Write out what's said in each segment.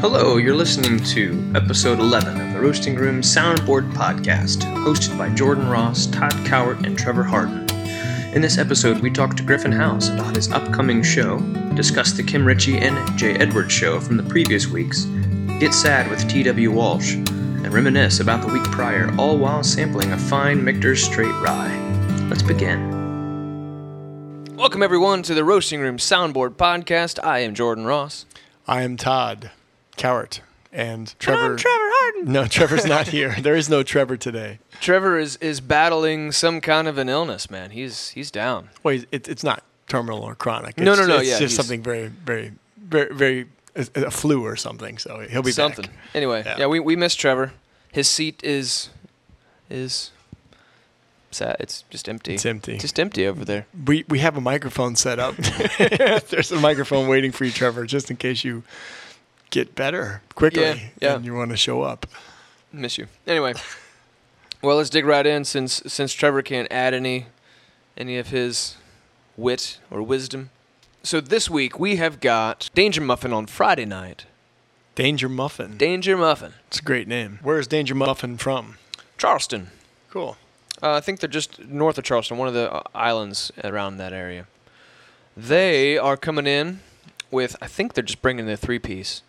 Hello, you're listening to episode 11 of the Roasting Room Soundboard Podcast, hosted by Jordan Ross, Todd Cowart, and Trevor Harden. In this episode, we talk to Griffin House about his upcoming show, discuss the Kim Ritchie and Jay Edwards show from the previous weeks, get sad with T.W. Walsh, and reminisce about the week prior, all while sampling a fine Michter's Straight Rye. Let's begin. Welcome, everyone, to the Roasting Room Soundboard Podcast. I am Jordan Ross. I am Todd Cowart and And Trevor. I'm Trevor Harden. No, Trevor's not here. There is no Trevor today. Trevor is is battling some kind of an illness, man. He's he's down. Wait, it, it's not terminal or chronic. It's, No, no, no, It's yeah, just he's- something very, very, very, very a, a flu or something. So he'll be Something. back. Anyway, yeah. Yeah. we we miss Trevor. His seat is is sad. It's just empty. It's empty. Just empty over there. We we have a microphone set up. There's a microphone waiting for you, Trevor, just in case you get better quickly Yeah, yeah. and you want to show up. Miss you. Anyway, well, let's dig right in since since Trevor can't add any any of his wit or wisdom. So this week we have got Danger Muffin on Friday night. Danger Muffin. Danger Muffin, it's a great name. Where is Danger Muffin from? Charleston. Cool. Uh, I think they're just north of Charleston, one of the uh, islands around that area. They are coming in with, I think they're just bringing their three piece.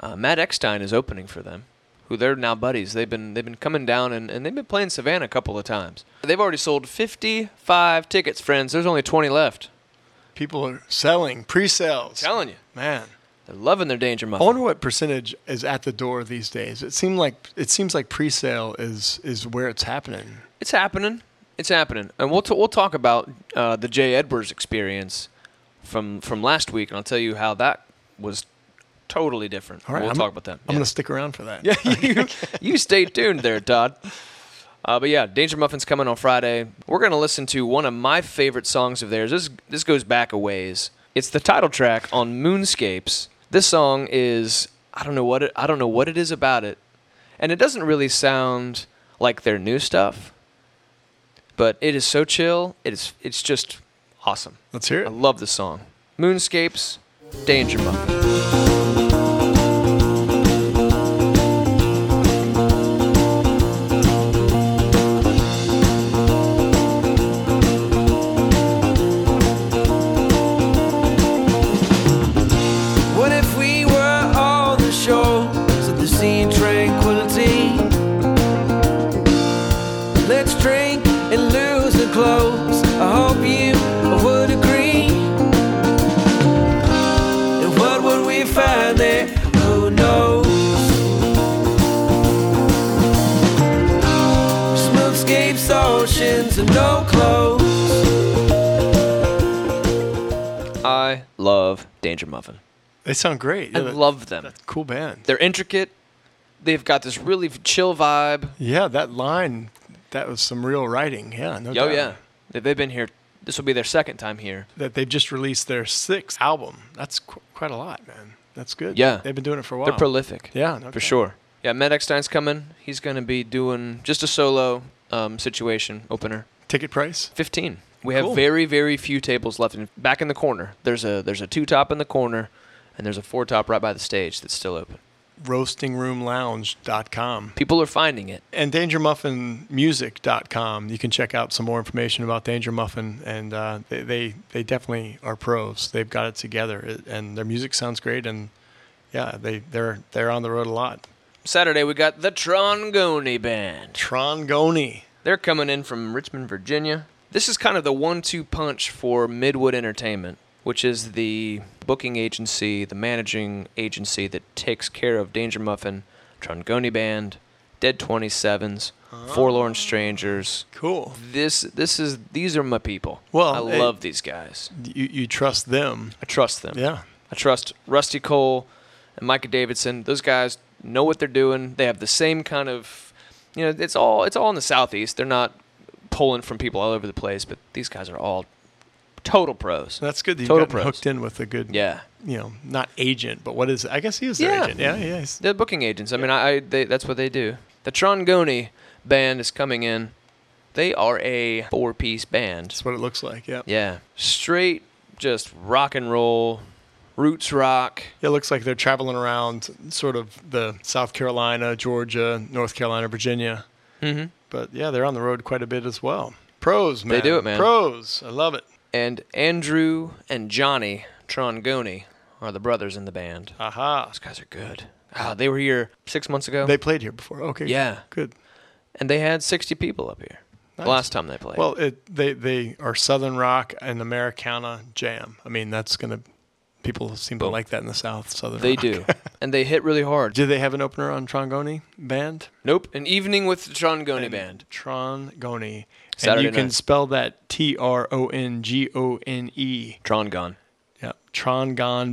Uh, Matt Eckstein is opening for them, who they're now buddies. They've been they've been coming down and, and they've been playing Savannah a couple of times. They've already sold 55 tickets, friends. There's only 20 left. People are selling pre-sales. telling you, Man. they're loving their Danger I Muffin. wonder what percentage is at the door these days. It seemed like it seems like pre-sale is is where it's happening. It's happening. It's happening, and we'll t- we'll talk about uh, the Jay Edwards experience from from last week, and I'll tell you how that was totally different. All right, we'll I'm- talk about that. I'm Yeah. gonna stick around for that. Yeah, you, you stay tuned there, Todd. Uh, but yeah, Danger Muffin's coming on Friday. We're gonna listen to one of my favorite songs of theirs. This this goes back a ways. It's the title track on Moonscapes. This song is I don't know what it, I don't know what it is about it, and it doesn't really sound like their new stuff. But it is so chill. It's it's just awesome. Let's hear I it. love this song. Moonscapes, Danger Muffin. What if we were on the shores of the sea in tranquility? Let's drink and lose the clothes. I hope you would agree. And what would we find there? Who knows? Smoothscapes, oceans, and no clothes. I love Danger Muffin. They sound great. I Yeah, that- love them. cool band. They're intricate. They've got this really chill vibe. yeah, that line, that was some real writing. Yeah, no Oh doubt. yeah, They- they've been here. This will be their second time here. That they've just released their sixth album. That's qu- quite a lot, man. That's good. Yeah. they've been doing it for a while. They're prolific. yeah, no for doubt. sure. Yeah, Matt Eckstein's coming. He's gonna be doing just a solo um, situation opener. Ticket price. Fifteen. We have Cool. very very few tables left. And back in the corner, there's a there's a two top in the corner, and there's a four top right by the stage that's still open. Roastingroomlounge.com. People are finding it. and dangermuffinmusic.com you can check out some more information about danger muffin and uh, they, they they definitely are pros they've got it together It- and their music sounds great and yeah they they're they're on the road a lot Saturday we got the Trongoni Band. trongoni They're coming in from Richmond, Virginia. This is kind of the one two punch for Midwood Entertainment, which is the booking agency, the managing agency that takes care of Danger Muffin, Trongoni Band, Dead 27s, Forlorn Strangers. cool This this is these are my people. Well, I it- love these guys. you you trust them I trust them. yeah I trust Rusty Cole and Micah Davidson. Those guys know what they're doing. They have the same kind of, you know, it's all it's all in the southeast. They're not pulling from people all over the place, but these guys are all total pros. that's good that you've Total gotten pros. hooked in with a good Yeah, you know not agent but what is i guess he is their Yeah. agent yeah yeah he's- they're booking agents. I mean, I, I they, that's what they do. The Trongoni band is coming in. They are a four-piece band. that's what it looks like yeah Yeah, straight just rock and roll, roots rock. It looks like they're traveling around sort of the South Carolina, Georgia, North Carolina, Virginia. Mm-hmm. But yeah, they're on the road quite a bit as well. Pros, man. do it, man. Pros. I love it. And Andrew and Johnny Trongoni are the brothers in the band. Aha. Those guys are good. Ah, they were here six months ago, They played here before. Okay. Yeah. Good. and they had 60 people up here the Nice. last time they played. Well, it, they they are Southern rock and Americana jam. I mean, that's gonna people seem to like that in the South. Southern. they rock. do. and they hit really hard. Do they have an opener on Trongoni band? Nope. An evening with the Trongoni band. Trongoni. and Saturday you can night. spell that T R O N G O N E. Trongon. Yeah,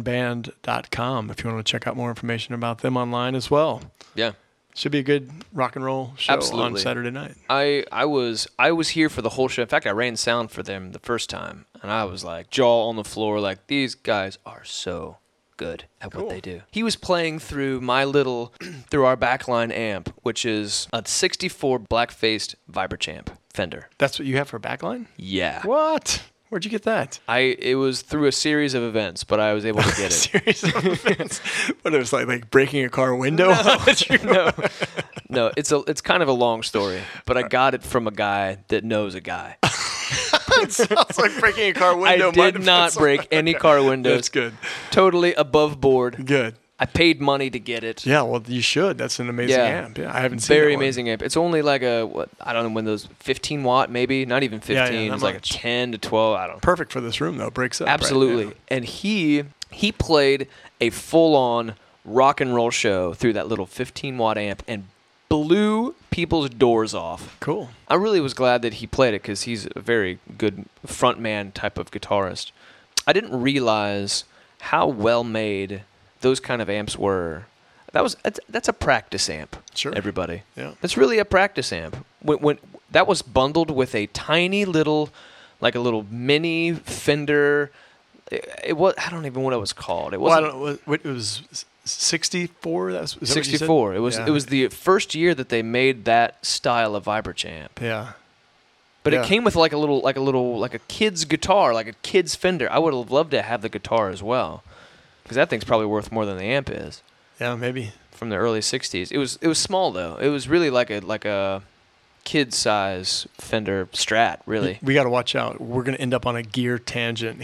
trongonband.com if you want to check out more information about them online as well. Yeah. Should be a good rock and roll show on Absolutely. Saturday night. I I was I was here for the whole show. In fact, I ran sound for them the first time, and I was like jaw on the floor, like these guys are so good at what they do. He was playing through my little through our backline amp, which is a 64 black-faced Vibrachamp Fender. That's what you have for backline? Yeah. What? Where'd you get that? I it was through a series of events, but I was able to get it. Series of events. But it was like like breaking a car window. no, no, it's a it's kind of a long story, but I got it from a guy that knows a guy. it sounds like breaking a car window. I did not break any car windows. That's good. Totally above board. Good. I paid money to get it. Yeah, well, you should. That's an amazing Yeah. amp. Yeah, I haven't seen Very that one. amazing amp. It's only like a what I don't know when those 15 watt maybe, not even 15. yeah, not it's like a much. 10 to 12. I don't. know. Perfect for this room though. Breaks up. right? Absolutely. And he he played a full on rock and roll show through that little 15 watt amp and blew people's doors off. Cool. I really was glad that he played it because he's a very good frontman type of guitarist. I didn't realize how well made those kind of amps were. That was that's, that's a practice amp. Sure. Everybody. Yeah. That's really a practice amp. When, when that was bundled with a tiny little, like a little mini Fender. It, it was I don't even know what it was called. It Well, I wasn't. don't. What, what, it was sixty-four. That was is that what you said? 64. It was Yeah. it was the first year that they made that style of Vibrachamp. Yeah. But Yeah. it came with like a little, like a little, like a kid's guitar, like a kid's Fender. I would have loved to have the guitar as well, because that thing's probably worth more than the amp is Yeah, maybe. from the early '60s. It was, it was small though. It was really like a, like a kid size Fender Strat, really. We got to watch out. We're going to end up on a gear tangent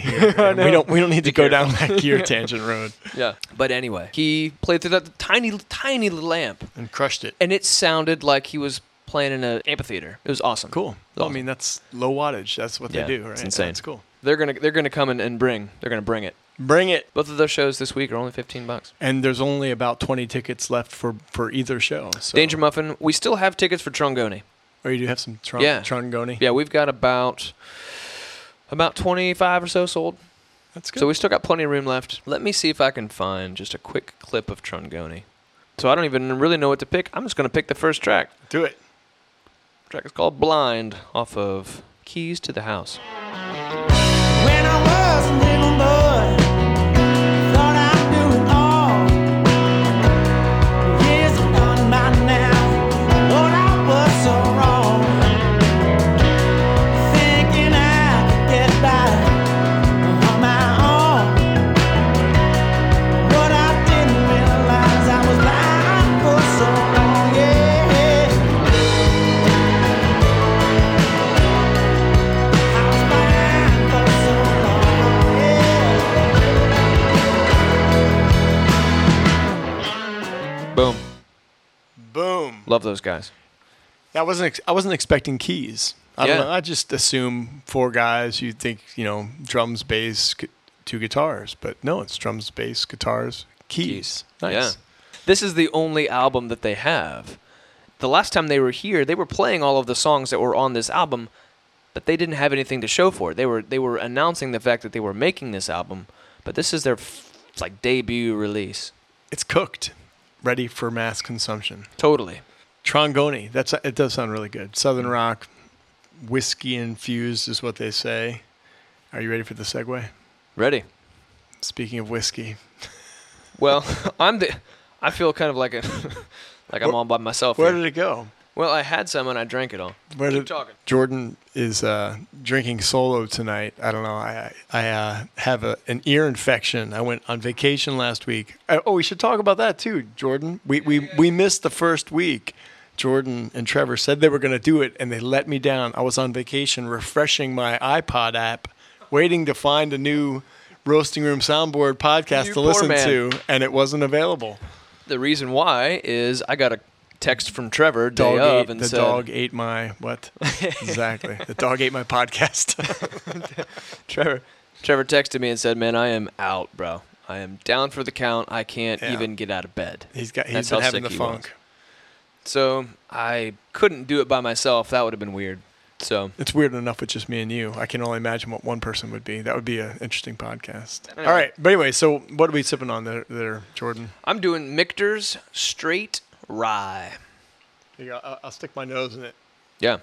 here. and we don't we don't need to go down that gear tangent road. yeah. But anyway, he played through that tiny, tiny little amp, And crushed it. and it sounded like he was playing in an amphitheater. It was awesome. Cool. Well, I mean, that's low wattage. That's what Yeah, they do, right? it's insane. That's cool. They're gonna, they're gonna come and, and bring, they're gonna bring it. Bring it. Both of those shows this week are only 15 bucks. And there's only about 20 tickets left for for either show. So. Danger Muffin. We still have tickets for Trongoni. Or you do have some tron- Yeah. Trongoni. Yeah, we've got about about 25 or so sold. That's good. So we still got plenty of room left. Let me see if I can find just a quick clip of Trongoni. So I don't even really know what to pick. I'm just going to pick the first track. do it. The track is called Blind off of Keys to the House. When I was a little boy, thought I knew it all. Years have gone by now, but I was so wrong. Thinking I could get by on my own. But I didn't realize I was blind for so long. Yeah, I was blind for so long. Yeah. Boom. Boom. Love those guys. I wasn't ex- I wasn't expecting keys. I Yeah. don't know. I just assume four guys. You think you know drums, bass, gu- two guitars, but no, it's drums, bass, guitars, keys. Nice. Yeah. This is the only album that they have. The last time they were here, they were playing all of the songs that were on this album, but they didn't have anything to show for it. They were they were announcing the fact that they were making this album, but this is their f- it's like debut release. It's cooked, ready for mass consumption. Totally. Trongoni. That's it. Does sound really good. Southern Mm. rock, whiskey infused is what they say. Are you ready for the segue? Ready. Speaking of whiskey, Well, I'm the I feel kind of like a like I'm all by myself. where here. did it go? Well, I had some and I drank it all. Where Keep did- talking. Jordan is uh, drinking solo tonight. I don't know. I I uh, have a, an ear infection. I went on vacation last week. Uh oh, we should talk about that too, Jordan. We we we missed the first week. Jordan and Trevor said they were going to do it, and they let me down. I was on vacation, refreshing my iPod app, waiting to find a new roasting room soundboard podcast You to poor listen man. to, and it wasn't available. The reason why is I got a text from Trevor day Dog of ate, and the said, dog ate my what? exactly. The dog ate my podcast. Trevor, Trevor texted me and said, "Man, I am out, bro. I am down for the count. I can't Yeah. even get out of bed." He's got. He's That's been how having the sick he was. funk. So I couldn't do it by myself. That would have been weird. So It's weird enough with just me and you. I can only imagine what one person would be. That would be an interesting podcast. Anyway. All right. But anyway, so what are we sipping on there, there Jordan? I'm doing Michter's straight rye. You got, I'll, I'll stick my nose in it. Yeah,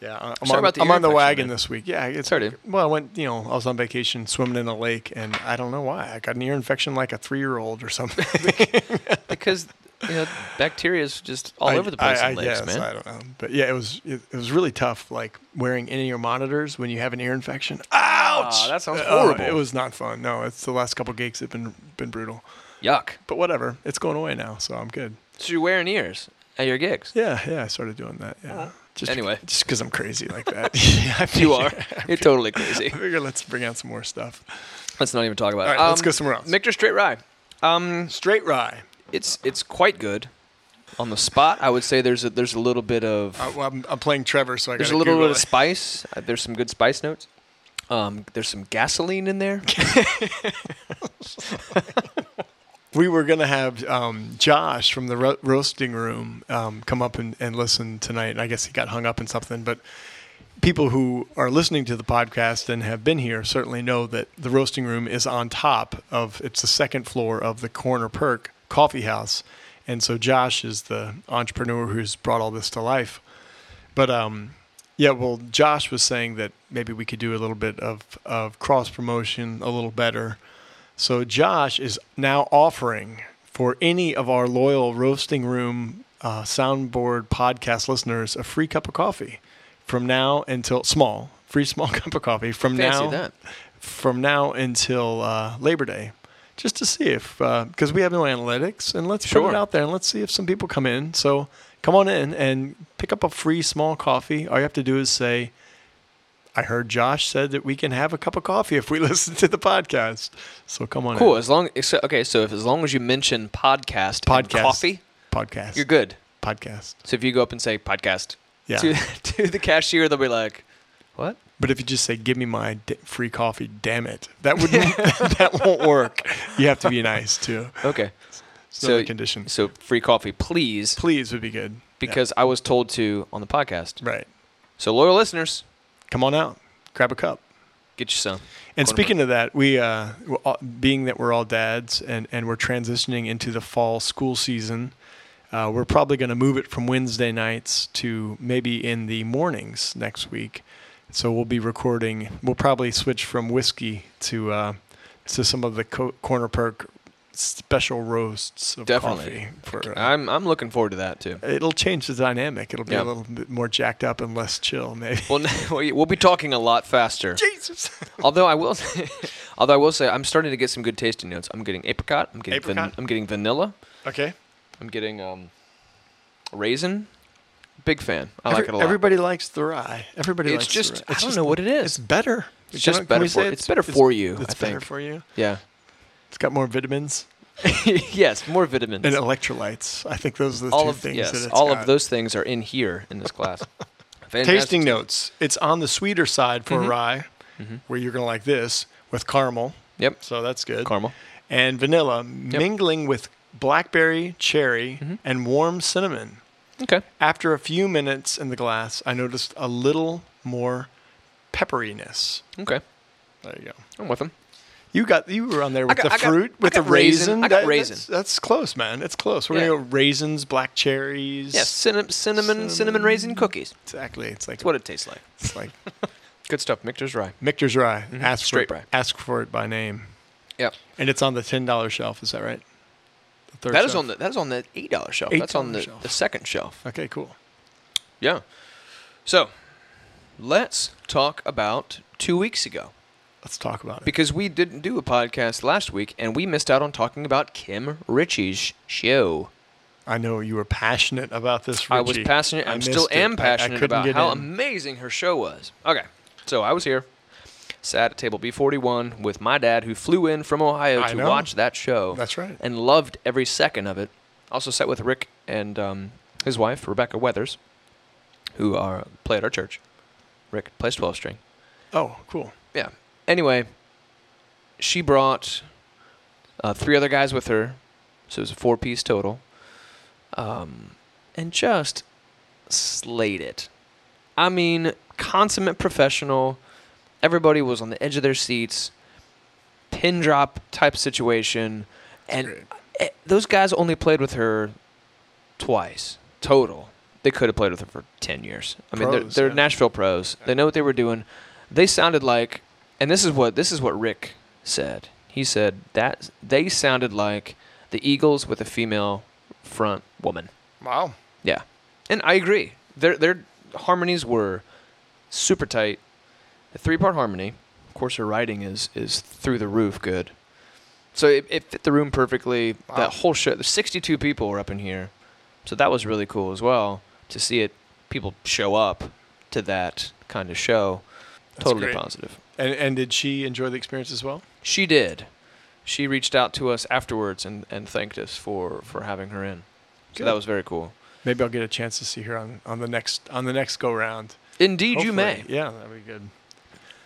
Yeah, I- I'm Sorry on, about the I'm ear on the infection, wagon man. this week. Yeah, it's Sorry, dude. Well, I went, you know, I was on vacation swimming in a lake, and I don't know why. I got an ear infection like a three year old or something. because you know, bacteria is just all I- over the place I, I in lakes, guess, man. I don't know. But yeah, it was it, it was really tough, like wearing in ear monitors when you have an ear infection. Ouch! Ah, that sounds Oh, horrible. it was not fun. No, it's the last couple gigs have been been brutal. Yuck. But whatever, it's going away now, so I'm good. So you're wearing ears at your gigs. Yeah, yeah, I started doing that. Yeah. Just Anyway. just because I'm crazy like that. yeah, I You are. figure- You're totally crazy. I figure let's bring out some more stuff. Let's not even talk about it. Um, All right, let's go somewhere else. Michter's straight rye. Um, Straight rye. it's it's quite good. On the spot, I would say there's a, there's a little bit of Uh, well, I'm, I'm playing Trevor, so I There's gotta a little Google bit of it. spice. Uh, there's some good spice notes. Um, there's some gasoline in there. we were gonna have um, Josh from the ro- roasting room um, come up and, and listen tonight, and I guess he got hung up in something. But people who are listening to the podcast and have been here certainly know that the roasting room is on top of it's the second floor of the Corner Perk Coffee House, and so Josh is the entrepreneur who's brought all this to life. But um, yeah, well, Josh was saying that maybe we could do a little bit of, of cross promotion a little better. So Josh is now offering for any of our loyal roasting room uh, soundboard podcast listeners a free cup of coffee from now until small free small cup of coffee from Fancy now that. from now until uh, Labor Day, just to see if because we have no analytics and let's put Sure. it out there and let's see if some people come in. So come on in and pick up a free small coffee. All you have to do is say. I heard Josh said that we can have a cup of coffee if we listen to the podcast. So come on Cool. in. As long as, okay, so if as long as you mention podcast, and Podcast. coffee, Podcast. you're good. Podcast. So if you go up and say podcast Yeah. to to the cashier, they'll be like, "What? But if you just say, give me my d- free coffee, damn it. That, would, that won't work. You have to be nice too. Okay." It's another condition. So free coffee, please, Please would be good. Yeah. because I was told to on the podcast. Right. So loyal listeners, Come on out. Grab a cup. get you some. And Quote speaking of that, we uh, we're all- being that we're all dads and, and we're transitioning into the fall school season, uh, we're probably going to move it from Wednesday nights to maybe in the mornings next week. So we'll be recording. We'll probably switch from whiskey to uh, to some of the co- corner perk special roasts of Definitely. coffee. For, uh, I'm I'm looking forward to that too. it'll change the dynamic. It'll be Yeah. a little bit more jacked up and less chill, maybe. Well, we'll be talking a lot faster. Jesus. Although I will, although I will say, I'm starting to get some good tasting notes. I'm getting apricot. I'm getting van- Apricot? I'm getting vanilla. okay. I'm getting um, raisin. Big fan. I like Every- it a lot. Everybody likes the rye. Everybody It's likes just- the rye. I don't know what it is. It's better. It's just Can better we say for- it's better for you, It's I better think. for you. yeah. It's got more vitamins yes, more vitamins. and electrolytes. I think those are the all two of things yes, that it's all got. of those things are in here in this class. Fantastic. Tasting notes. It's on the sweeter side for Mm-hmm. rye, where you're gonna like this with caramel. Yep. So that's good. Caramel. and vanilla mingling with blackberry, cherry, Mm-hmm. and warm cinnamon. Okay. After a few minutes in the glass, I noticed a little more pepperiness. Okay. There you go. I'm with them. You got you were on there with got- I the got- fruit, I with the got raisin. raisin. I got That- raisin. That's, that's close, man. It's close. We're Yeah. gonna go raisins, black cherries. Yes, cinnamon, cinnamon, cinnamon raisin cookies. exactly. It's like That's what it tastes like. it's like Good stuff. Michter's rye. Michter's rye. Ask Straight for it, rye. Ask for it by name, Yep. and it's on the ten dollar shelf. Is that right? The third That is on the that is on the eight dollar shelf. That's on $8 the, shelf. the second shelf. Okay, cool. Yeah. So, let's talk about two weeks ago Let's talk about it. because we didn't do a podcast last week and we missed out on talking about Kim Ritchie's show. I know you were passionate about this. I was Richie. passionate. I I'm still missed it. I- am I passionate couldn't about get how in. amazing her show was. Okay, so I was here, sat at table B41 with my dad, who flew in from Ohio I to know. watch that show. That's right. And loved every second of it. Also sat with Rick and um, his wife Rebecca Weathers, who are play at our church. Rick plays 12 string. Oh, cool. Yeah. Anyway, she brought uh, three other guys with her, so it was a four piece total, um, and just slayed it. I mean, consummate professional. Everybody was on the edge of their seats, pin drop type situation, and great. eh, those guys only played with her twice total. They could have played with her for ten years. I mean, Pros, they're, they're yeah. Nashville pros. They know what they were doing. They sounded like, and this is what this is what Rick said. He said that they sounded like the Eagles with a female front woman. Wow. Yeah, and I agree. Their their harmonies were super tight. A three part harmony. Of course, her writing is is through the roof. Good. So it, it fit the room perfectly. That whole show. There's 62 people were up in here, so that was really cool as well to see it. People show up to that kind of show. totally great. positive. And and did she enjoy the experience as well? She did. She reached out to us afterwards and, and thanked us for, for having her in. So Good. that was very cool. Maybe I'll get a chance to see her on, on the next on the next go round. Indeed, you may. Yeah, that'd be good.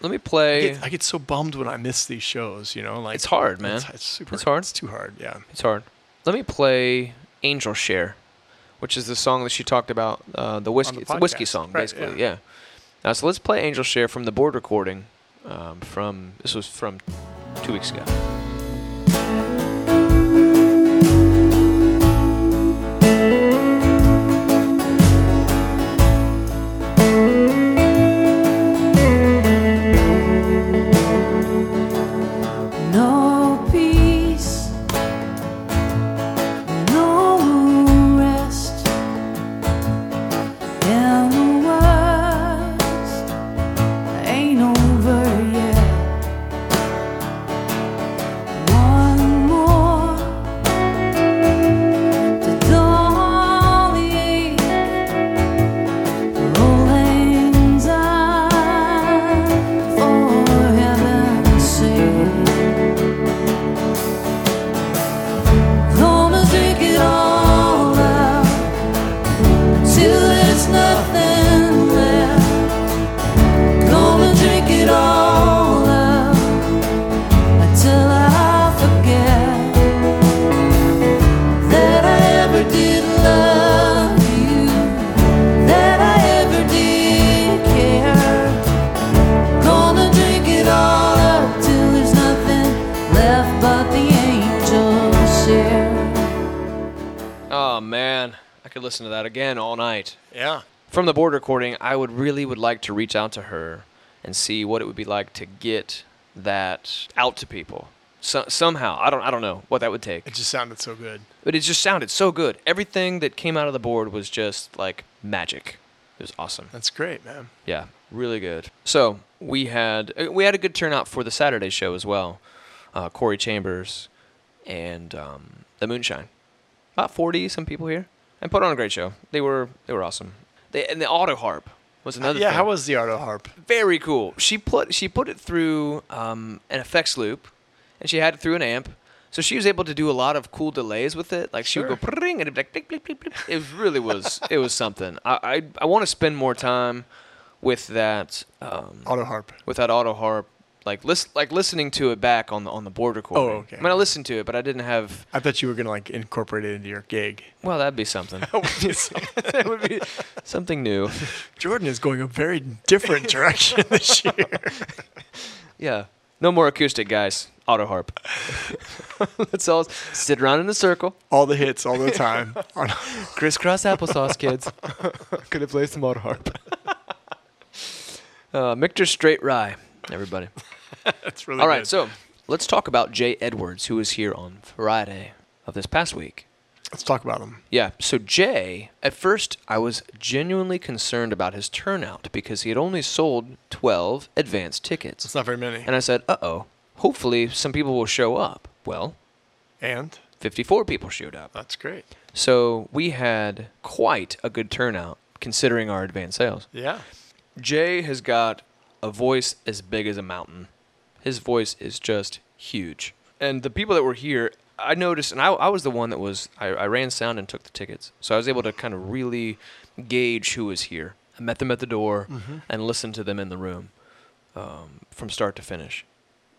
Let me I play. get, I get so bummed when I miss these shows. You know, like It's hard, man. It's, it's super. It's hard. It's too hard. Yeah. It's hard. Let me play "Angel Share," which is the song that she talked about. Uh, the whiskey. the it's a whiskey podcast. song, Right, basically. Yeah. yeah. Uh, so let's play "Angel Share" from the board recording. Um, from this was from two weeks ago. No peace, no rest in the world ain't over yet. One more to dawn the rolling's eye for heaven's sake. Gonna drink it all out till there's nothing left. Gonna drink it all out until I forget that I ever did love you, that I ever did care. Gonna drink it all up till there's nothing left but the angels share. Oh man, I could listen to that again all night. Yeah. From the board recording, I would really would like to reach out to her and see what it would be like to get that out to people. So, somehow, I don't, I don't know what that would take. It just sounded so good. But it just sounded so good. Everything that came out of the board was just like magic. It was awesome. That's great, man. Yeah, really good. So we had uh, we had a good turnout for the Saturday show as well. Uh, Corey Chambers and um, the Moonshine. About forty some people here, and put on a great show. They were they were awesome. They, and the auto harp was another. yeah. thing How was the auto harp? very cool. She put she put it through um, an effects loop, and she had it through an amp. So she was able to do a lot of cool delays with it. Like she would go pring, and it'd be like bleep, bleep, bleep, bleep. it really was it was something. I I, I want to spend more time with that um, Auto harp. with that auto harp. Like lis- like listening to it back on the on the board recording. okay. I mean, I listened to it, but I didn't have. I thought you were gonna like incorporate it into your gig. Well, that'd be something. that would be something new. Jordan is going a very different direction this year. Yeah. No more acoustic, guys. Auto harp. Let's all sit around in a circle. All the hits, all the time. On- Crisscross applesauce, kids. Gonna play some auto harp. uh, Michter Straight Rye, everybody. That's really All right, good. so let's talk about Jay Edwards, who was here on Friday of this past week. Let's talk about them. Yeah. So Jay, at first, I was genuinely concerned about his turnout because he had only sold 12 advance It's tickets. not very many. And I said, uh oh, hopefully some people will show up. Well, And 54 people showed up. that's great. So we had quite a good turnout considering our advance sales. Yeah. Jay has got a voice as big as a mountain. His voice is just huge. And the people that were here, I noticed, and I, I was the one that was, I, I ran sound and took the tickets. So I was able to kind of really gauge who was here. I met them at the door and listened to them in the room um, from start to finish.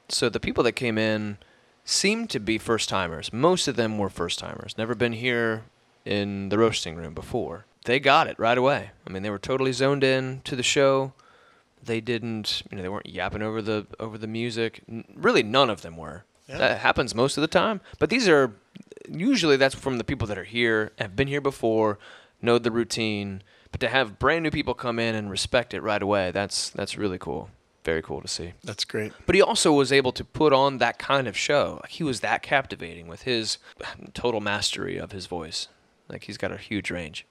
So the people that came in seemed to be first timers. Most of them were first timers, never been here in the roasting room before. They got it right away. I mean, they were totally zoned in to the show. They didn't, you know, they weren't yapping over the over the music. N- really, none of them were. Yeah. That happens most of the time. But these are usually that's from the people that are here, have been here before, know the routine. But to have brand new people come in and respect it right away, that's that's really cool. Very cool to see That's great. but he also was able to put on that kind of show. Like he was that captivating with his total mastery of his voice. Like he's got a huge range.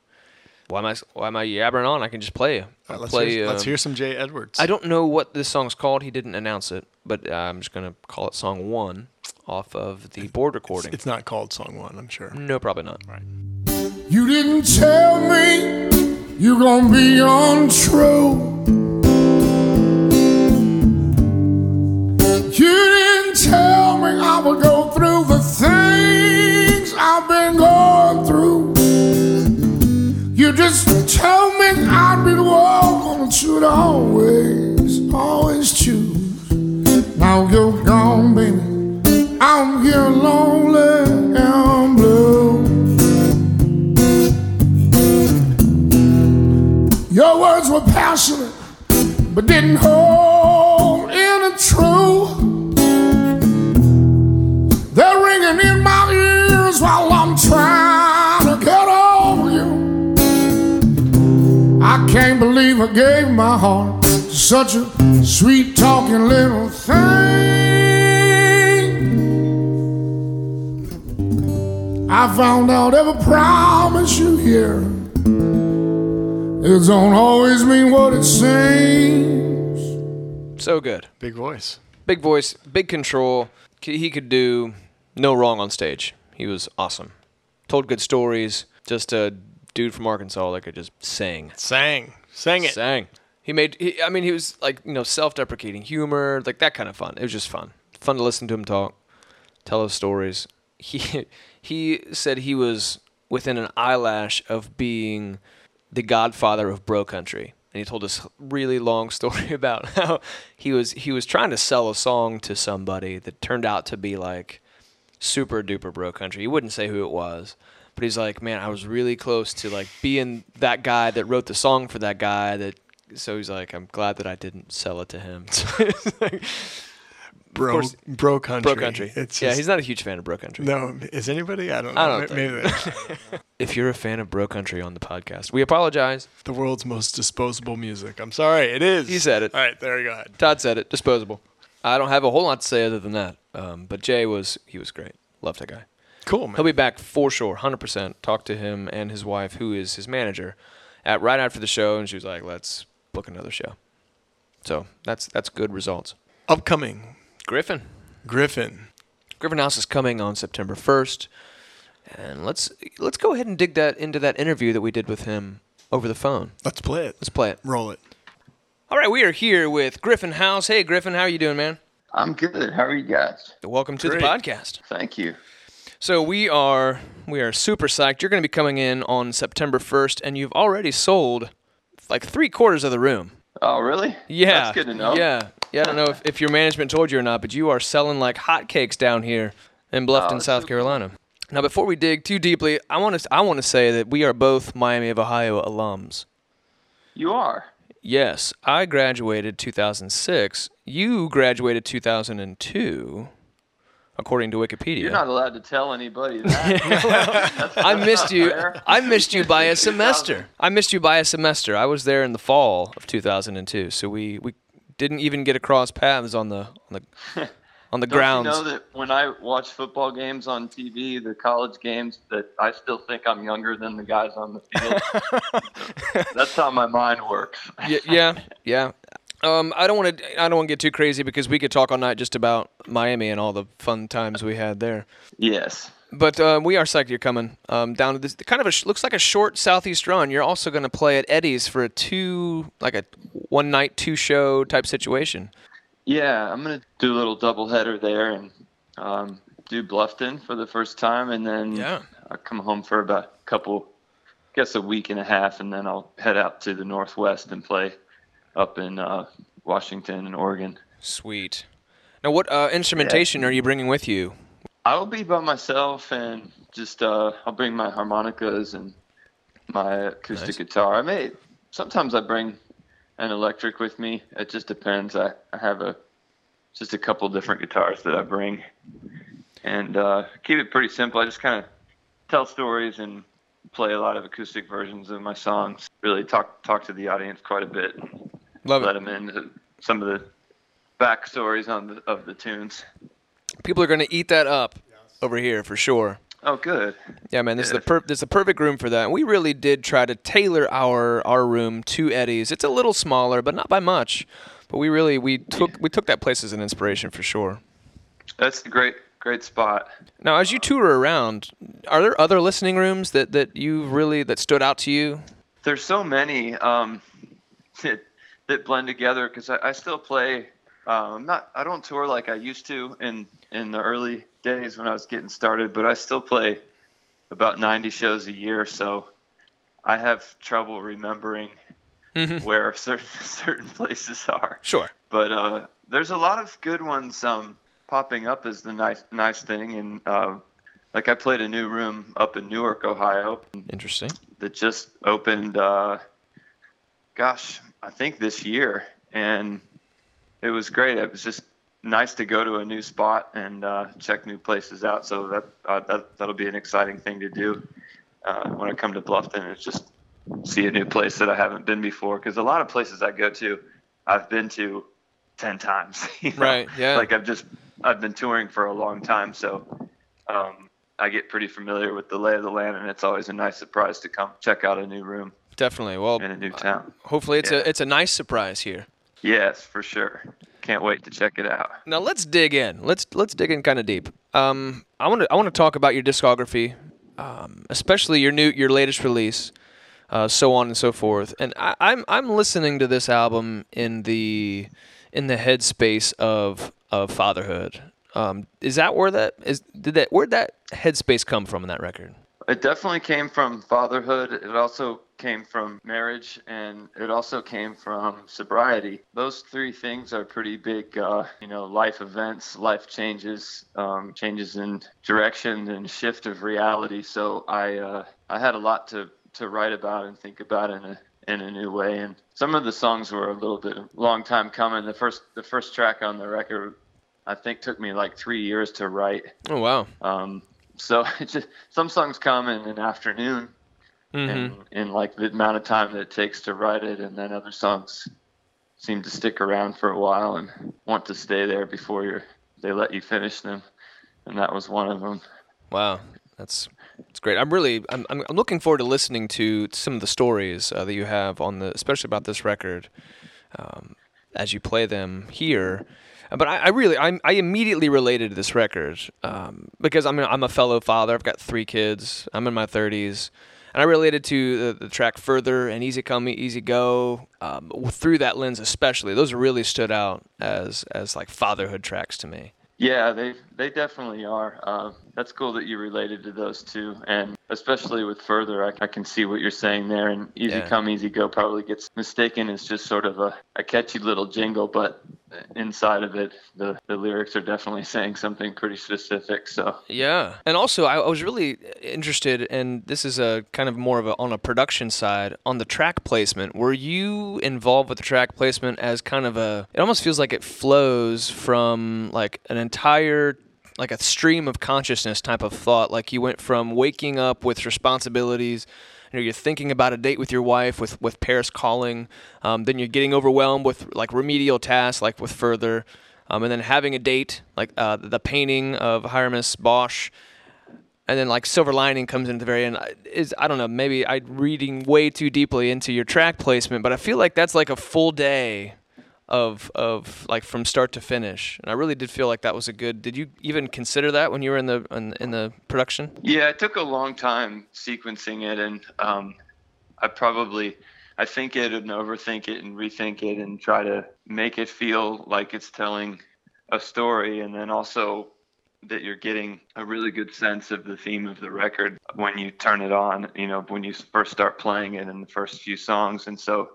Why am I why am I yabbering on? I can just play you. All I'll right, let's, play hear, you. let's hear some Jay Edwards. I don't know what this song's called. He didn't announce it, but uh, I'm just gonna call it song one off of the board recording. It's not called Song One, I'm sure. no, probably not. You didn't tell me you're gonna be untrue. You didn't tell me I would go through the things I've been going through. You just told me I'd be the one gonna choose always, always choose. Now you're gone, baby. I'm here lonely and blue. Your words were passionate, but didn't hold any truth. They're ringing in my ears while I'm trying to get over you. I can't believe I gave my heart to such a sweet talking little thing. I found out every promise you hear. It don't always mean what it seems. So good. Big voice. Big voice, big control. C- He could do no wrong on stage. He was awesome. Told good stories. Just a dude from Arkansas that could just sing. Sang. Sang it. Sang. He made. He, I mean, he was like you know self-deprecating humor, like that kind of fun. It was just fun. Fun to listen to him talk, tell his stories. He he said he was within an eyelash of being the godfather of bro country. And he told this really long story about how he was he was trying to sell a song to somebody that turned out to be like super duper bro country. He wouldn't say who it was, but he's like, man, I was really close to like being that guy that wrote the song for that guy. That so he's like, I'm glad that I didn't sell it to him. Bro, course- bro country. bro country. It's yeah, just- he's not a huge fan of bro country. No, is anybody? I don't know. I don't Ma- think- Maybe they- If you're a fan of bro country on the podcast, we apologize. the world's most disposable music. I'm sorry, it is. He said it. All right, there you go. Todd said it. Disposable. I don't have a whole lot to say other than that. Um, but Jay was he was great. Loved that guy. Cool, man. He'll be back for sure, hundred percent. Talked to him and his wife, who is his manager, at right after the show, and she was like, "Let's book another show." So that's that's good results. Upcoming Griffin, Griffin. Griffin House is coming on September first, and let's let's go ahead and dig that into that interview that we did with him over the phone. Let's play it. Let's play it. roll it. All right, we are here with Griffin House. Hey, Griffin, how are you doing, man? I'm good. How are you guys? Welcome to Great. the podcast. Thank you. So we are we are super psyched. You're going to be coming in on September 1st, and you've already sold like three quarters of the room. Oh, really? Yeah, That's good to know. Yeah, yeah. I don't know if, if your management told you or not, but you are selling like hotcakes down here in Bluffton, that's South super. Carolina. Now, before we dig too deeply, I want to I want to say that we are both Miami of Ohio alums. You are. Yes, I graduated 2006. You graduated 2002, according to Wikipedia. You're not allowed to tell anybody that. I missed you. fair. I missed you by a 2000. semester. I missed you by a semester. I was there in the fall of 2002, so we we didn't even get across paths on the on the on the Don't grounds. you know that when I watch football games on TV, the college games, that I still think I'm younger than the guys on the field. That's how my mind works. yeah, yeah, yeah. Um, I don't want to. I don't want to get too crazy because we could talk all night just about Miami and all the fun times we had there. Yes. But uh, we are psyched you're coming um, down to this kind of a sh- looks like a short southeast run. You're also going to play at Eddie's for a two, like a one night two show type situation. Yeah, I'm gonna do a little doubleheader there and um, do Bluffton for the first time, and then Yeah. I'll come home for about a couple, guess a week and a half, and then I'll head out to the northwest and play up in uh, Washington and Oregon. Sweet. Now, what uh, instrumentation are you bringing with you? I will be by myself and just uh, I'll bring my harmonicas and my acoustic Nice. guitar. I may sometimes I bring an electric with me. It just depends. I, I have a just a couple different guitars that I bring and uh, keep it pretty simple. I just kind of tell stories and play a lot of acoustic versions of my songs. Really talk talk to the audience quite a bit. and Love Let it. them into some of the backstories on the, of the tunes. People are going to eat that up over here for sure. Oh, good. Yeah, man, this is the Yeah. per- this is the perfect room for that. We really did try to tailor our our room to Eddie's. It's a little smaller, but not by much. But we really we took we took that place as an inspiration for sure. That's a great, great spot. Now, as you tour around, are there other listening rooms that that you really that stood out to you? There's so many um, that, that blend together because I, I still play. Um, I'm not. I don't tour like I used to in in the early days when I was getting started, but I still play about 90 shows a year. So I have trouble remembering where certain certain places are. Sure. but uh, there's a lot of good ones um, popping up is the nice nice thing and uh, like i played a new room up in newark ohio Interesting. that just opened uh, gosh i think this year and it was great it was just nice to go to a new spot and uh, check new places out so that, uh, that that'll be an exciting thing to do uh, when i come to bluffton it's just see a new place that i haven't been before because a lot of places i go to i've been to 10 times you know? Right, yeah. like i've just i've been touring for a long time so um, I get pretty familiar with the lay of the land, and it's always a nice surprise to come check out a new room Definitely. Well, in a new town. hopefully it's yeah. a it's a nice surprise here. Yes, for sure. Can't wait to check it out. Now let's dig in. Let's let's dig in kind of deep. Um, I want to I want to talk about your discography, um, especially your new your latest release, uh, so on and so forth. And I, I'm I'm listening to this album in the in the headspace of of fatherhood. Um, is that where that is? Did that where'd that headspace come from in that record? It definitely came from fatherhood. It also came from marriage, and it also came from sobriety. Those three things are pretty big, uh, you know, life events, life changes, um, changes in direction, and shift of reality. So I, uh, I had a lot to to write about and think about in a in a new way. And some of the songs were a little bit long time coming. The first the first track on the record, I think, took me like three years to write. Oh wow, Um, so it's just, some songs come in an afternoon, and in like the amount of time that it takes to write it, and then other songs seem to stick around for a while and want to stay there before you're, they let you finish them, and that was one of them. wow, that's that's great. I'm really I'm I'm I'm looking forward to listening to some of the stories uh, that you have on the especially about this record. um, as you play them here. Uh, But I, I really, I, I immediately related to this record um, because I'm, a, I'm a fellow father. I've got three kids. I'm in my 30s, and I related to the, the track "Further" and "Easy Come, Easy Go" um, w- through that lens, especially. Those really stood out as as like fatherhood tracks to me. Yeah, they they definitely are. Uh, that's cool that you related to those two, and especially with further, I, I can see what you're saying there. And easy Yeah. come, easy go probably gets mistaken as just sort of a, a catchy little jingle, but inside of it, the the lyrics are definitely saying something pretty specific. So Yeah, and also I, I was really interested, and this is a kind of more of a, on a production side on the track placement. Were you involved with the track placement as kind of a? It almost feels like it flows from like an entire like a stream of consciousness type of thought. Like you went from waking up with responsibilities. You know, you're thinking about a date with your wife, with with Paris calling. Um, then you're getting overwhelmed with like remedial tasks, like with further. um, and then having a date like uh, the painting of Hieronymus Bosch, and then like Silver Lining comes in at the very end. I- Is I don't know, maybe I'm reading way too deeply into your track placement, but I feel like that's like a full day of of like from start to finish, and I really did feel like that was a good. Did you even consider that when you were in the in, in the production? Yeah, it took a long time sequencing it, and um, I probably, I think it and overthink it and rethink it and try to make it feel like it's telling a story, and then also that you're getting a really good sense of the theme of the record when you turn it on. You know, when you first start playing it in the first few songs, and so.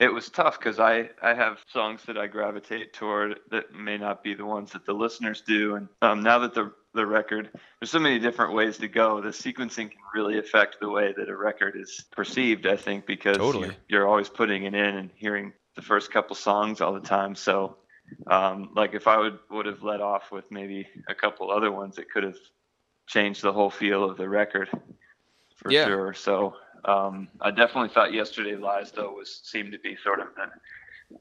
It was tough because I, I have songs that I gravitate toward that may not be the ones that the listeners do. And um, now that the, the record there's so many different ways to go. The sequencing can really affect the way that a record is perceived, I think, because Totally. you're, you're always putting it in and hearing the first couple songs all the time. So, um, like if I would would have let off with maybe a couple other ones, it could have changed the whole feel of the record for Yeah. sure. So, um, I definitely thought "Yesterday Lies" though was seemed to be sort of the,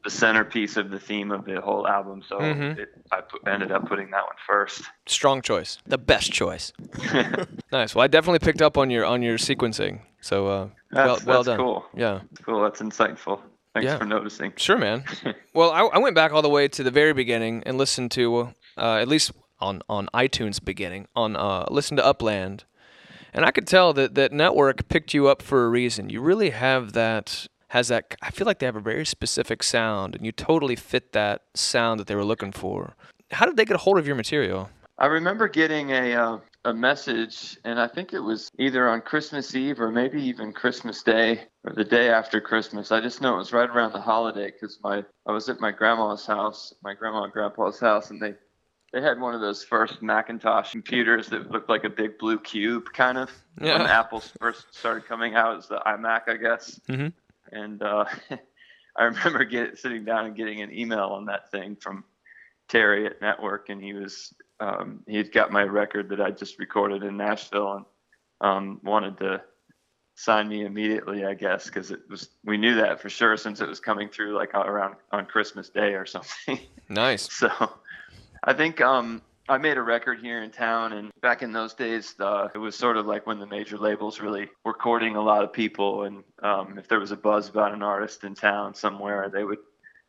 the centerpiece of the theme of the whole album. So Mhm. it, I put, ended up putting that one first. Strong choice, the best choice. nice. Well, I definitely picked up on your on your sequencing. So uh, well That's- well that's done. cool. Yeah. Cool, that's insightful. Thanks Yeah. for noticing. Sure, man. well, I, I went back all the way to the very beginning and listened to, uh, at least on, on iTunes beginning, on uh, listened to Upland. And I could tell that that network picked you up for a reason. You really have that, has that, I feel like they have a very specific sound and you totally fit that sound that they were looking for. How did they get a hold of your material? I remember getting a uh, a message, and I think it was either on Christmas Eve or maybe even Christmas Day or the day after Christmas. I just know it was right around the holiday because my I was at my grandma's house, my grandma and grandpa's house, and they they had one of those first Macintosh computers that looked like a big blue cube, kind of. Yeah. When Apple first started coming out, it was the iMac, I guess. Mhm. And uh, I remember get, sitting down and getting an email on that thing from Terry at Network, and he was um, he'd got my record that I just recorded in Nashville and um, wanted to sign me immediately, I guess, because it was we knew that for sure since it was coming through like around on Christmas Day or something. Nice. So I think um, I made a record here in town, and back in those days, uh, it was sort of like when the major labels really were courting a lot of people, and um, if there was a buzz about an artist in town somewhere, they would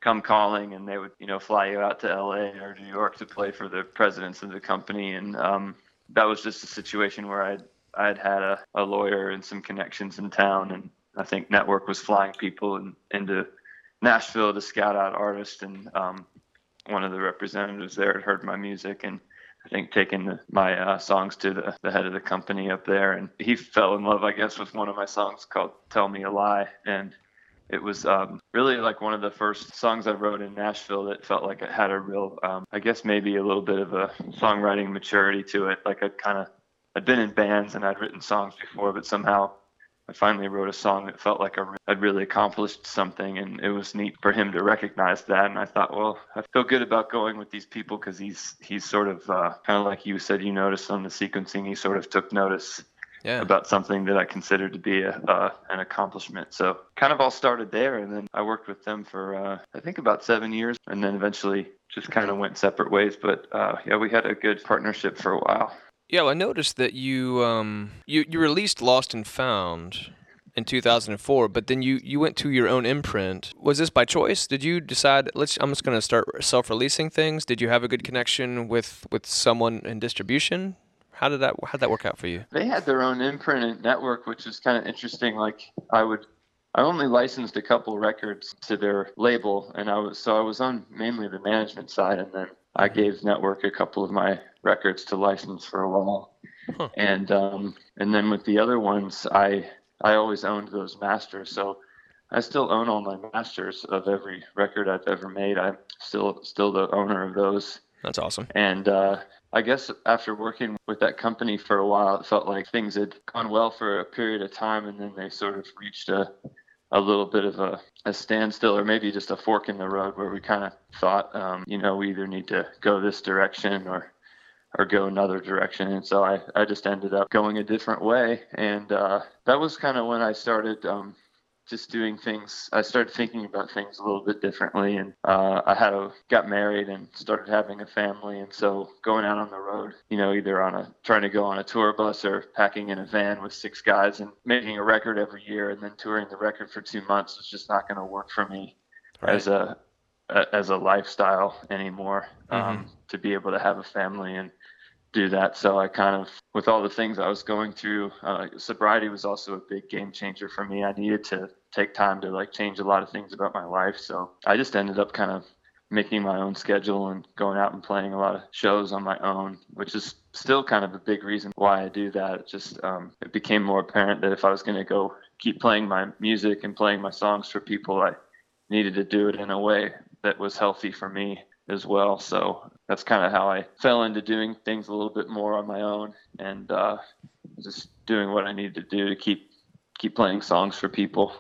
come calling and they would you know fly you out to LA or New York to play for the presidents of the company and um, that was just a situation where I'd I'd had a, a lawyer and some connections in town and I think network was flying people in, into Nashville to scout out artists and um, one of the representatives there had heard my music and I think taking the, my uh, songs to the, the head of the company up there and he fell in love I guess with one of my songs called Tell Me a Lie and it was um, really like one of the first songs I wrote in Nashville that felt like it had a real, um, I guess maybe a little bit of a songwriting maturity to it. Like I kind of, I'd been in bands and I'd written songs before, but somehow I finally wrote a song that felt like I re- I'd really accomplished something, and it was neat for him to recognize that. And I thought, well, I feel good about going with these people because he's he's sort of uh, kind of like you said, you noticed on the sequencing, he sort of took notice Yeah. about something that I considered to be a, uh, an accomplishment. So kind of all started there, and then I worked with them for uh, I think about seven years, and then eventually just kind of went separate ways. But uh, yeah, we had a good partnership for a while. Yeah, well, I noticed that you um you, you released Lost and Found in 2004, but then you you went to your own imprint. Was this by choice? Did you decide let's I'm just going to start self-releasing things? Did you have a good connection with with someone in distribution? How did that how would that work out for you? They had their own imprint and network, which was kind of interesting. Like I would. I only licensed a couple records to their label, and I was so I was on mainly the management side, and then I gave Network a couple of my records to license for a while, and um, and then with the other ones, I I always owned those masters, so I still own all my masters of every record I've ever made. I'm still still the owner of those, That's awesome. and uh, I guess after working with that company for a while, it felt like things had gone well for a period of time, and then they sort of reached a a little bit of a, a standstill, or maybe just a fork in the road, where we kind of thought, um, you know, we either need to go this direction or or go another direction. And so I, I just ended up going a different way. And uh, that was kind of when I started um, just doing things. I started thinking about things a little bit differently, and uh, I had a got married and started having a family, and so going out on the road, you know, either on a trying to go on a tour bus or packing in a van with six guys and making a record every year, and then touring the record for two months was just not going to work for me as a a- as a lifestyle anymore um, to be able to have a family and do that. So I kind of, with all the things I was going through, uh, sobriety was also a big game changer for me. I needed to take time to like change a lot of things about my life. So I just ended up kind of making my own schedule and going out and playing a lot of shows on my own, which is still kind of a big reason why I do that. It just um, it became more apparent that if I was going to go keep playing my music and playing my songs for people, I needed to do it in a way that was healthy for me as well. So that's kind of how I fell into doing things a little bit more on my own and uh, just doing what I needed to do to keep keep playing songs for people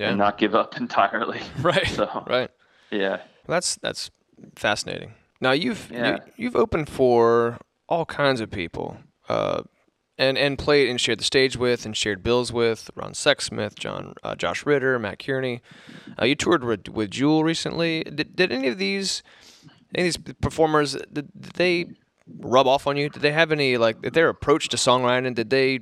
Yeah. and not give up entirely. Right. So Right. yeah. Well, that's that's fascinating. Now you've Yeah. you, you've opened for all kinds of people, uh, and and played and shared the stage with and shared bills with Ron Sexsmith, John uh, Josh Ritter, Matt Kearney. Uh, you toured with, with Jewel recently. Did, did any of these any of these performers did, did they rub off on you? Did they have any like their approach to songwriting? Did they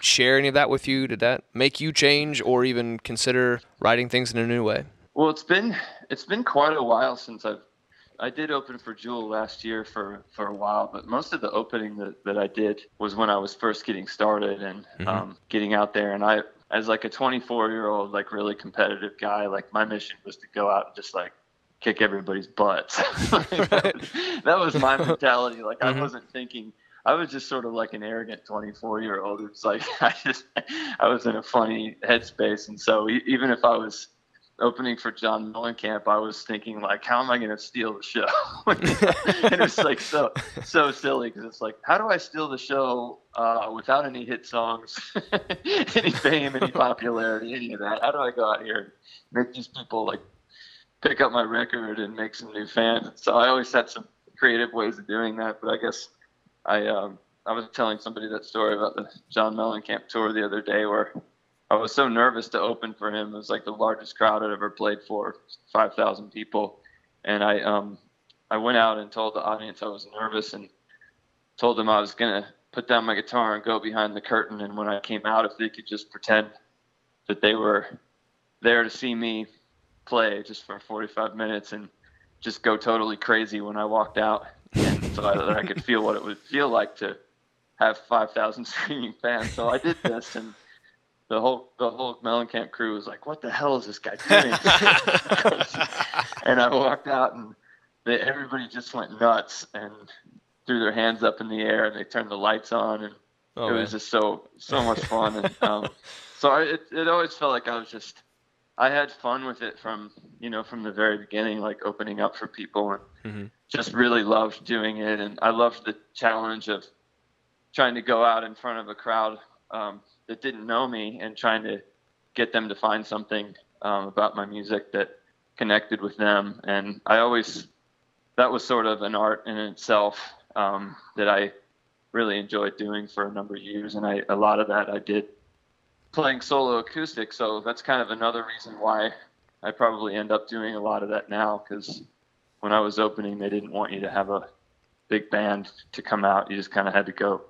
share any of that with you? Did that make you change or even consider writing things in a new way? Well, it's been it's been quite a while since I've I did open for Jewel last year for for a while, but most of the opening that, that I did was when I was first getting started and um, getting out there. And I, as like a 24 year old, like really competitive guy, like my mission was to go out and just like kick everybody's butts. that, was, that was my mentality. Like I wasn't thinking. I was just sort of like an arrogant 24 year old. It's like I just I was in a funny headspace, and so e- even if I was opening for John Mellencamp, I was thinking like, how am I going to steal the show? and it was like so so silly because it's like, how do I steal the show uh, without any hit songs, any fame, any popularity, any of that? How do I go out here and make these people like pick up my record and make some new fans? So I always had some creative ways of doing that, but I guess I um, I was telling somebody that story about the John Mellencamp tour the other day where. I was so nervous to open for him. It was like the largest crowd I'd ever played for, five thousand people, and I um I went out and told the audience I was nervous and told them I was gonna put down my guitar and go behind the curtain. And when I came out, if they could just pretend that they were there to see me play just for 45 minutes and just go totally crazy when I walked out, and so I, that I could feel what it would feel like to have 5,000 screaming fans. So I did this and the whole the whole Mellencamp crew was like, "What the hell is this guy doing?" and I walked out, and they, everybody just went nuts and threw their hands up in the air, and they turned the lights on, and Oh, it man. was just so so much fun. And um, so I, it it always felt like I was just I had fun with it from you know from the very beginning, like opening up for people and Mm-hmm. just really loved doing it, and I loved the challenge of trying to go out in front of a crowd um, that didn't know me and trying to get them to find something um, about my music that connected with them. And I always, that was sort of an art in itself um, that I really enjoyed doing for a number of years. And I, a lot of that I did playing solo acoustic. So that's kind of another reason why I probably end up doing a lot of that now because when I was opening, they didn't want you to have a big band to come out. You just kind of had to go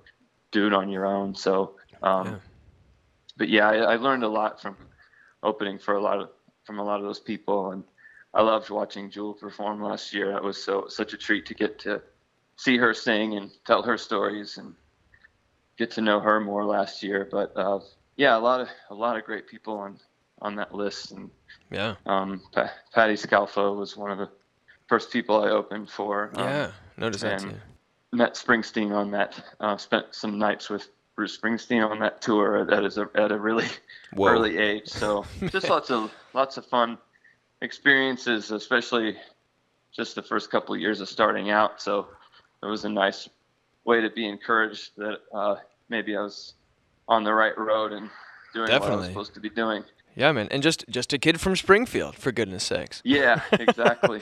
do it on your own. So, um, but yeah, I, I learned a lot from opening for a lot of from a lot of those people, and I loved watching Jewel perform last year. That was so such a treat to get to see her sing and tell her stories and get to know her more last year. But uh, yeah, a lot of a lot of great people on on that list, and Yeah. um, pa- Patty Scalfo was one of the first people I opened for. Um, yeah. Notice that and- too. met Springsteen on that. Uh, spent some nights with Bruce Springsteen on that tour. That is a, at a really Whoa. early age. So just lots of lots of fun experiences, especially just the first couple of years of starting out. So it was a nice way to be encouraged that uh, maybe I was on the right road and doing what I Definitely. was supposed to be doing. Yeah, man, and just just a kid from Springfield, for goodness sakes. Yeah, exactly.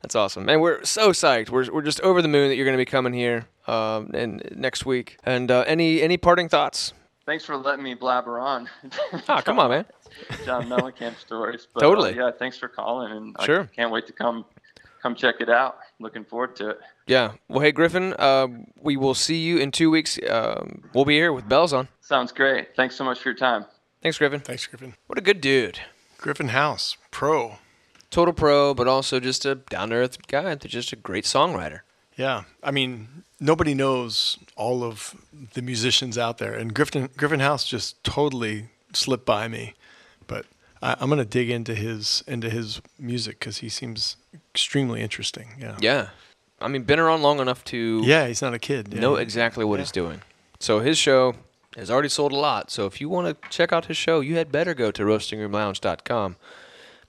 That's awesome, man. We're so psyched. We're, we're just over the moon that you're going to be coming here um, and next week. And uh, any any parting thoughts Thanks for letting me blabber on. Ah, come on, man. John Mellencamp stories. But, Totally. uh, yeah, thanks for calling, and Sure. I can't wait to come come check it out. Looking forward to it. Yeah. Well, hey Griffin, uh, we will see you in two weeks. Um, we'll be here with bells on. Sounds great. Thanks so much for your time. Thanks, Griffin. Thanks, Griffin. What a good dude. Griffin House, pro. Total pro, but also just a down to earth guy. and Just a great songwriter. Yeah, I mean, nobody knows all of the musicians out there, and Griffin Griffin House just totally slipped by me. But I, I'm gonna dig into his into his music because he seems extremely interesting. Yeah. Yeah. I mean, been around long enough to Yeah, he's not a kid. Yeah. know exactly what he's doing. So his show has already sold a lot. So if you want to check out his show, you had better go to roastingroomlounge.com,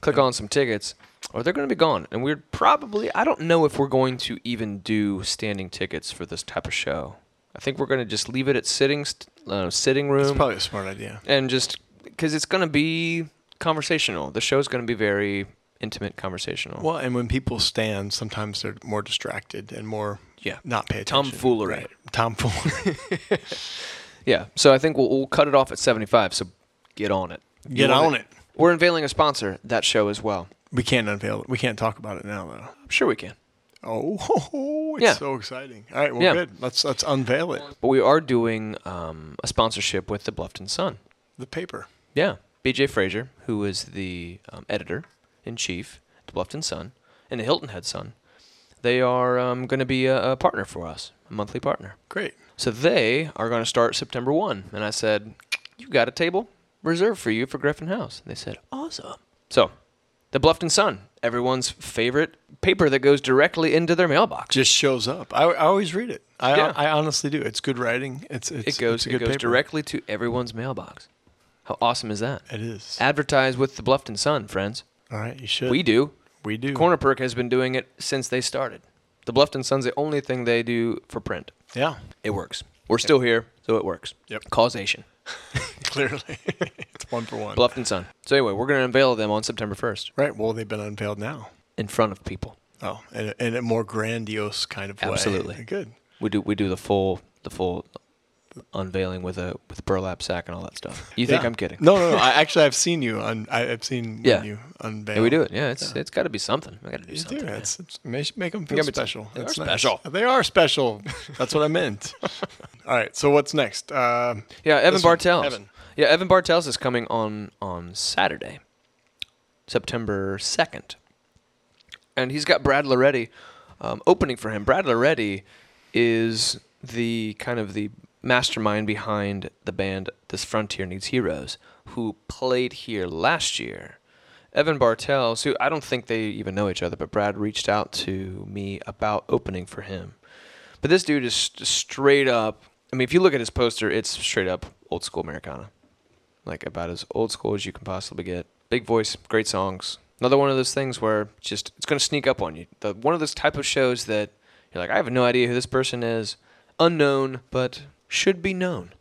click on some tickets, or they're going to be gone. And we're probably, I don't know if we're going to even do standing tickets for this type of show. I think we're going to just leave it at sitting st- uh, sitting room It's probably a smart idea. and just because it's going to be conversational. The show's going to be very intimate conversational. Well, and when people stand, sometimes they're more distracted and more Yeah. not pay attention. Tomfoolery. Right. Tomfoolery. Yeah. So I think we'll, we'll cut it off at 75. So get on it. You Get want on it. We're unveiling a sponsor that show as well. We can't unveil it. We can't talk about it now, though. I'm sure we can. Oh, it's Yeah. so exciting. All right, well, Yeah. good. Let's let's unveil it. But we are doing um, a sponsorship with the Bluffton Sun. The paper. Yeah. BJ Frazier, who is the um, editor in chief, the Bluffton Sun, and the Hilton Head Sun, they are um, going to be a, a partner for us, a monthly partner. Great. So they are going to start September 1. And I said, You got a table reserved for you for Griffin House. And they said, Awesome. So the Bluffton Sun, everyone's favorite paper that goes directly into their mailbox. Just shows up. I, I always read it. I, Yeah. I honestly do. It's good writing. It's, It it's goes, it's a it good goes paper. directly to everyone's mailbox. How awesome is that? It is. Advertise with the Bluffton Sun, friends. All right, you should. We do. We do. Corner Perk has been doing it since they started. The Bluffton Sun's the only thing they do for print. Yeah, It works. We're still here, so it works. Yep. Causation. clearly. it's one for one. Bluffton Sun. So anyway, we're going to unveil them on September 1st Right. Well, they've been unveiled now. in front of people. Oh, in a, in a more grandiose kind of way. Absolutely. Good. We do we do the full the full unveiling with a with burlap sack and all that stuff. You think Yeah. I'm kidding? No, no, no. I, actually, I've seen you. Un, I, I've seen Yeah. when you unveil. Yeah, we do it. Yeah, it's it's got to be something. I got to do You do. something. yeah. It's, it's, make, make them feel but special. they That's are nice. special. They are special. That's what I meant. All right. So what's next? Uh, Yeah, Evan This one, Bartels. Evan. Yeah, Evan Bartels is coming on on Saturday, September second, and he's got Brad Loretti um, opening for him. Brad Loretti is the kind of the mastermind behind the band This Frontier Needs Heroes, who played here last year. Evan Bartels, who I don't think they even know each other, but Brad reached out to me about opening for him. But this dude is st- straight up. I mean, if you look at his poster, it's straight up old school Americana, like about as old school as you can possibly get. Big voice, great songs. Another one of those things where it's just it's gonna sneak up on you. The one of those type of shows that you're like, I have no idea who this person is, unknown, but should be known.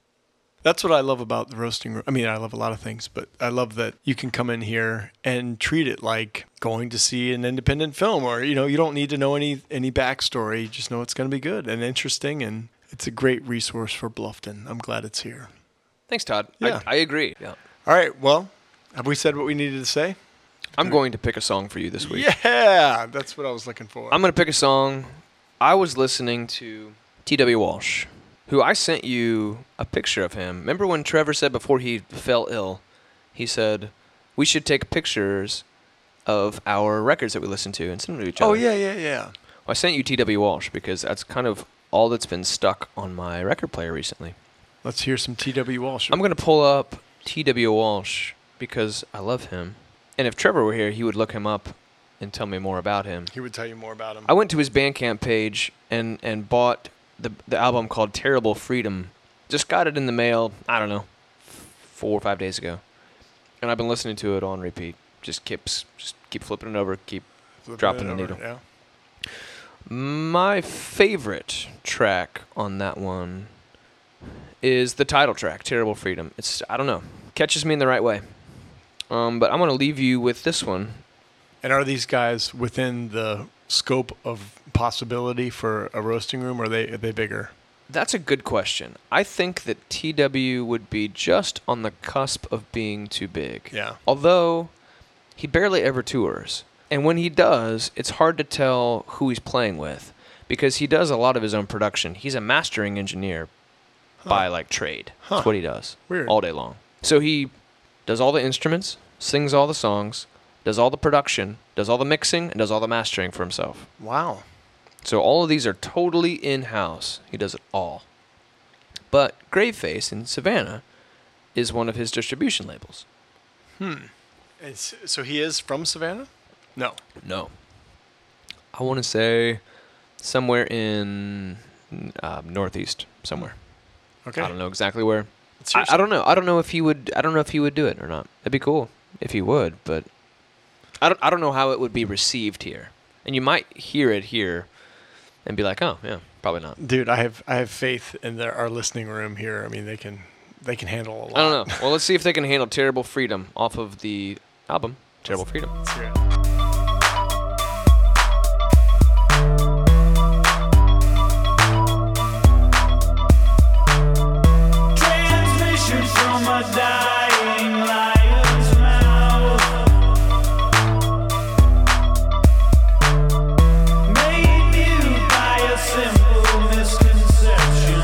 That's what I love about the roasting room. I mean, I love a lot of things, but I love that you can come in here and treat it like going to see an independent film, or you know, you don't need to know any any backstory. You just know it's going to be good and interesting, and it's a great resource for Bluffton. I'm glad it's here. Thanks, Todd. Yeah. I, I agree. Yeah. All right. Well, have we said what we needed to say? I'm going to pick a song for you this week. Yeah, that's what I was looking for. I'm gonna pick a song. I was listening to T.W. Walsh, who I sent you a picture of him. Remember when Trevor said before he fell ill, he said we should take pictures of our records that we listen to and send them to each other. oh yeah, yeah, yeah. I sent you T.W. Walsh because that's kind of all that's been stuck on my record player recently. Let's hear some T.W. Walsh. I'm gonna pull up T.W. Walsh because I love him, and if Trevor were here, he would look him up and tell me more about him. he would tell you more about him. I went to his Bandcamp page and and bought the the album called Terrible Freedom. Just got it in the mail. I don't know, four or five days ago, and I've been listening to it on repeat. Just keeps just keep flipping it over, keep Flipping dropping it the over, needle. Yeah. My favorite track on that one is the title track, Terrible Freedom. It's I don't know, catches me in the right way. Um, but I'm gonna leave you with this one. And are these guys within the scope of possibility for a roasting room, or are they are they bigger? That's a good question. I think that TW would be just on the cusp of being too big. Yeah. Although he barely ever tours. And when he does, it's hard to tell who he's playing with because he does a lot of his own production. He's a mastering engineer by like trade. That's what he does Weird. all day long. So he does all the instruments, sings all the songs, does all the production, does all the mixing, and does all the mastering for himself. Wow. So all of these are totally in house. He does it all. But Graveface in Savannah is one of his distribution labels. It's, so he is from Savannah? No. No. I want to say somewhere in uh, Northeast, somewhere. Okay. I don't know exactly where. It's I, your I don't know. I don't know if he would. I don't know if he would do it or not. That'd be cool if he would, but I don't. I don't know how it would be received here. And you might hear it here, and be like, "Oh, yeah, probably not." Dude, I have I have faith in their, our listening room here. I mean, they can they can handle a lot. I don't know. Well, let's see if they can handle "Terrible Freedom" off of the album "Terrible Freedom." know. Transmission from a dying lion's mouth. Made mute by a simple misconception.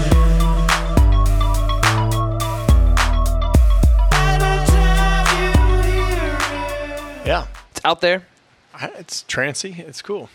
At a time you hear it. Yeah. It's out there. I- It's trancy. It's cool.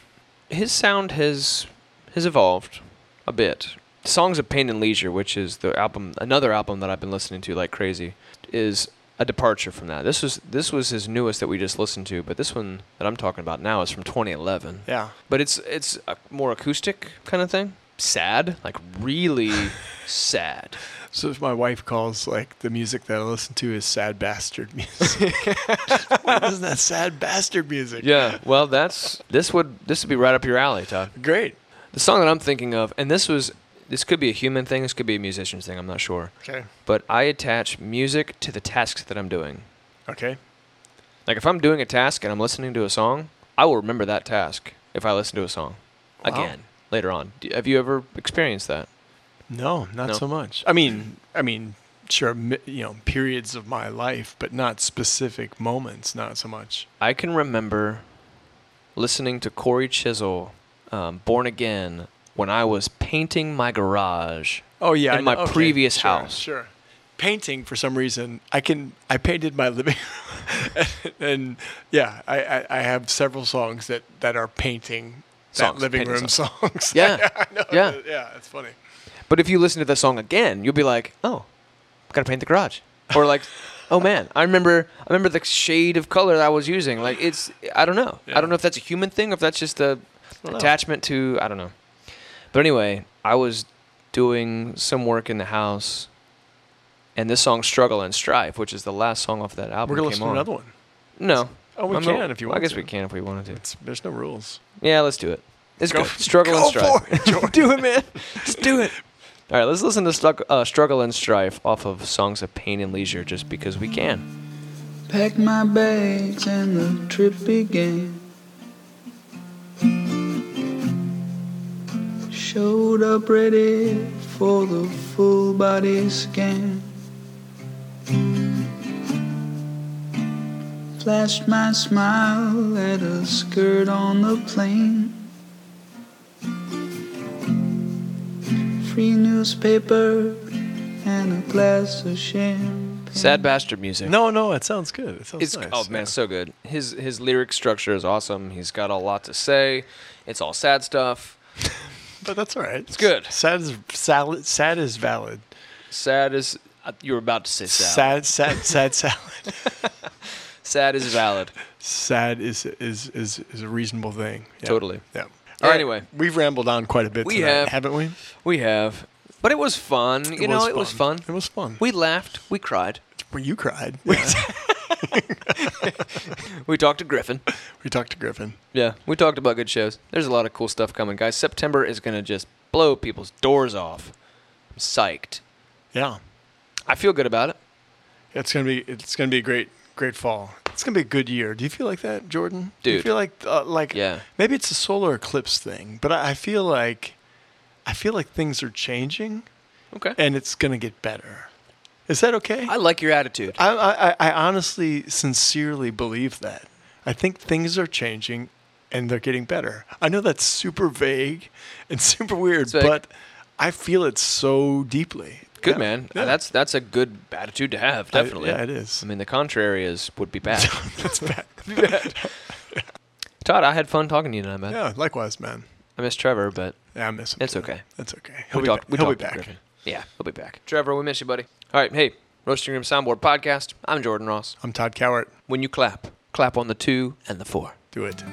his sound has has evolved a bit. Songs of Pain and Leisure, which is the album, another album that I've been listening to like crazy, is a departure from that. This was this was his newest that we just listened to, but this one that I'm talking about now is from 2011. Yeah. But it's it's a more acoustic kind of thing. Sad, like really sad. So if my wife calls like the music that I listen to is sad bastard music. Why isn't that sad bastard music? Yeah. Well, that's this would this would be right up your alley, Todd. Great. The song that I'm thinking of, and this was this could be a human thing, this could be a musician's thing, I'm not sure. Okay. but I attach music to the tasks that I'm doing. Okay. Like if I'm doing a task and I'm listening to a song, I will remember that task if I listen to a song again later on. Do, have you ever experienced that? No, not No. so much. I mean, I mean, sure, mi- you know, periods of my life, but not specific moments. Not so much. I can remember listening to Corey Chisel, um, "Born Again," when I was painting my garage. Oh yeah, in I my know. Okay, previous sure, house. Sure. Painting for some reason, I can. I painted my living, room. and, yeah, I, I, I have several songs that that are painting that Songs, living painting room songs. Yeah. I know. Yeah. yeah, it's funny. But if you listen to the song again, you'll be like, "Oh, gotta paint the garage," or like, "Oh man, I remember, I remember the shade of color that I was using." Like it's, I don't know, I don't know if that's a human thing or if that's just a attachment to, I don't know. But anyway, I was doing some work in the house, and this song "Struggle and Strife," which is the last song off that album, We're gonna came listen to on. another one. No. Oh, we I'm can if you want I guess to. we can if we wanted to. It's, there's no rules. Yeah, let's do it. It's good. Struggle and strife. do it, man. Just do it. All right, let's listen to Struck- uh, Struggle and Strife off of Songs of Pain and Leisure just because we can. Packed my bags and the trip began. Showed up ready for the full body scan. Flashed my smile at a skirt on the plane. Free newspaper and a glass of champagne. Sad Bastard music. No, Oh, no, it sounds good. It sounds It's, nice. Oh, man, it's so good. His, his lyric structure is awesome. He's got a lot to say. It's all sad stuff. but that's all right. It's good. Sad is salad. Sad is valid. Sad is. uh, You were about to say sad. Sad, sad, sad salad. Sad is valid. Sad is is is is a reasonable thing. Yeah. Totally. Yeah. All Yeah, anyway. we've rambled on quite a bit. We tonight, have. haven't we? We have. But it was fun. You know, it was fun. It was fun. We laughed. We cried. Well, you cried. We talked to Griffin. we talked to Griffin. Yeah, we talked about good shows. There's a lot of cool stuff coming, guys. September is going to just blow people's doors off. I'm psyched. Yeah, I feel good about it. it's gonna be it's gonna be a great great fall. It's gonna be a good year. Do you feel like that, Jordan? Do you Dude. feel like uh, like Yeah. Maybe it's a solar eclipse thing, but I, I feel like I feel like things are changing Okay. and it's going to get better. Is that okay? I like your attitude. I, I, I honestly, sincerely believe that. I think things are changing and they're getting better. I know that's super vague and super weird, vague. but I feel it so deeply. Good Yeah. man. Yeah. That's that's a good attitude to have. I- Definitely. yeah, it is. I mean, the contrary is would be bad. that's bad. Todd, I had fun talking to you tonight, man. yeah, likewise, man. I miss Trevor, but Yeah, I miss him. It's too. okay. That's okay. we He'll, be, talked. back. we He'll talked be with back. Griffin. Yeah, he'll be back. Trevor, we miss you, buddy. All right, hey, roasting room soundboard podcast. I'm Jordan Ross. I'm Todd Cowart. When you clap, clap on the two and the four. Do it.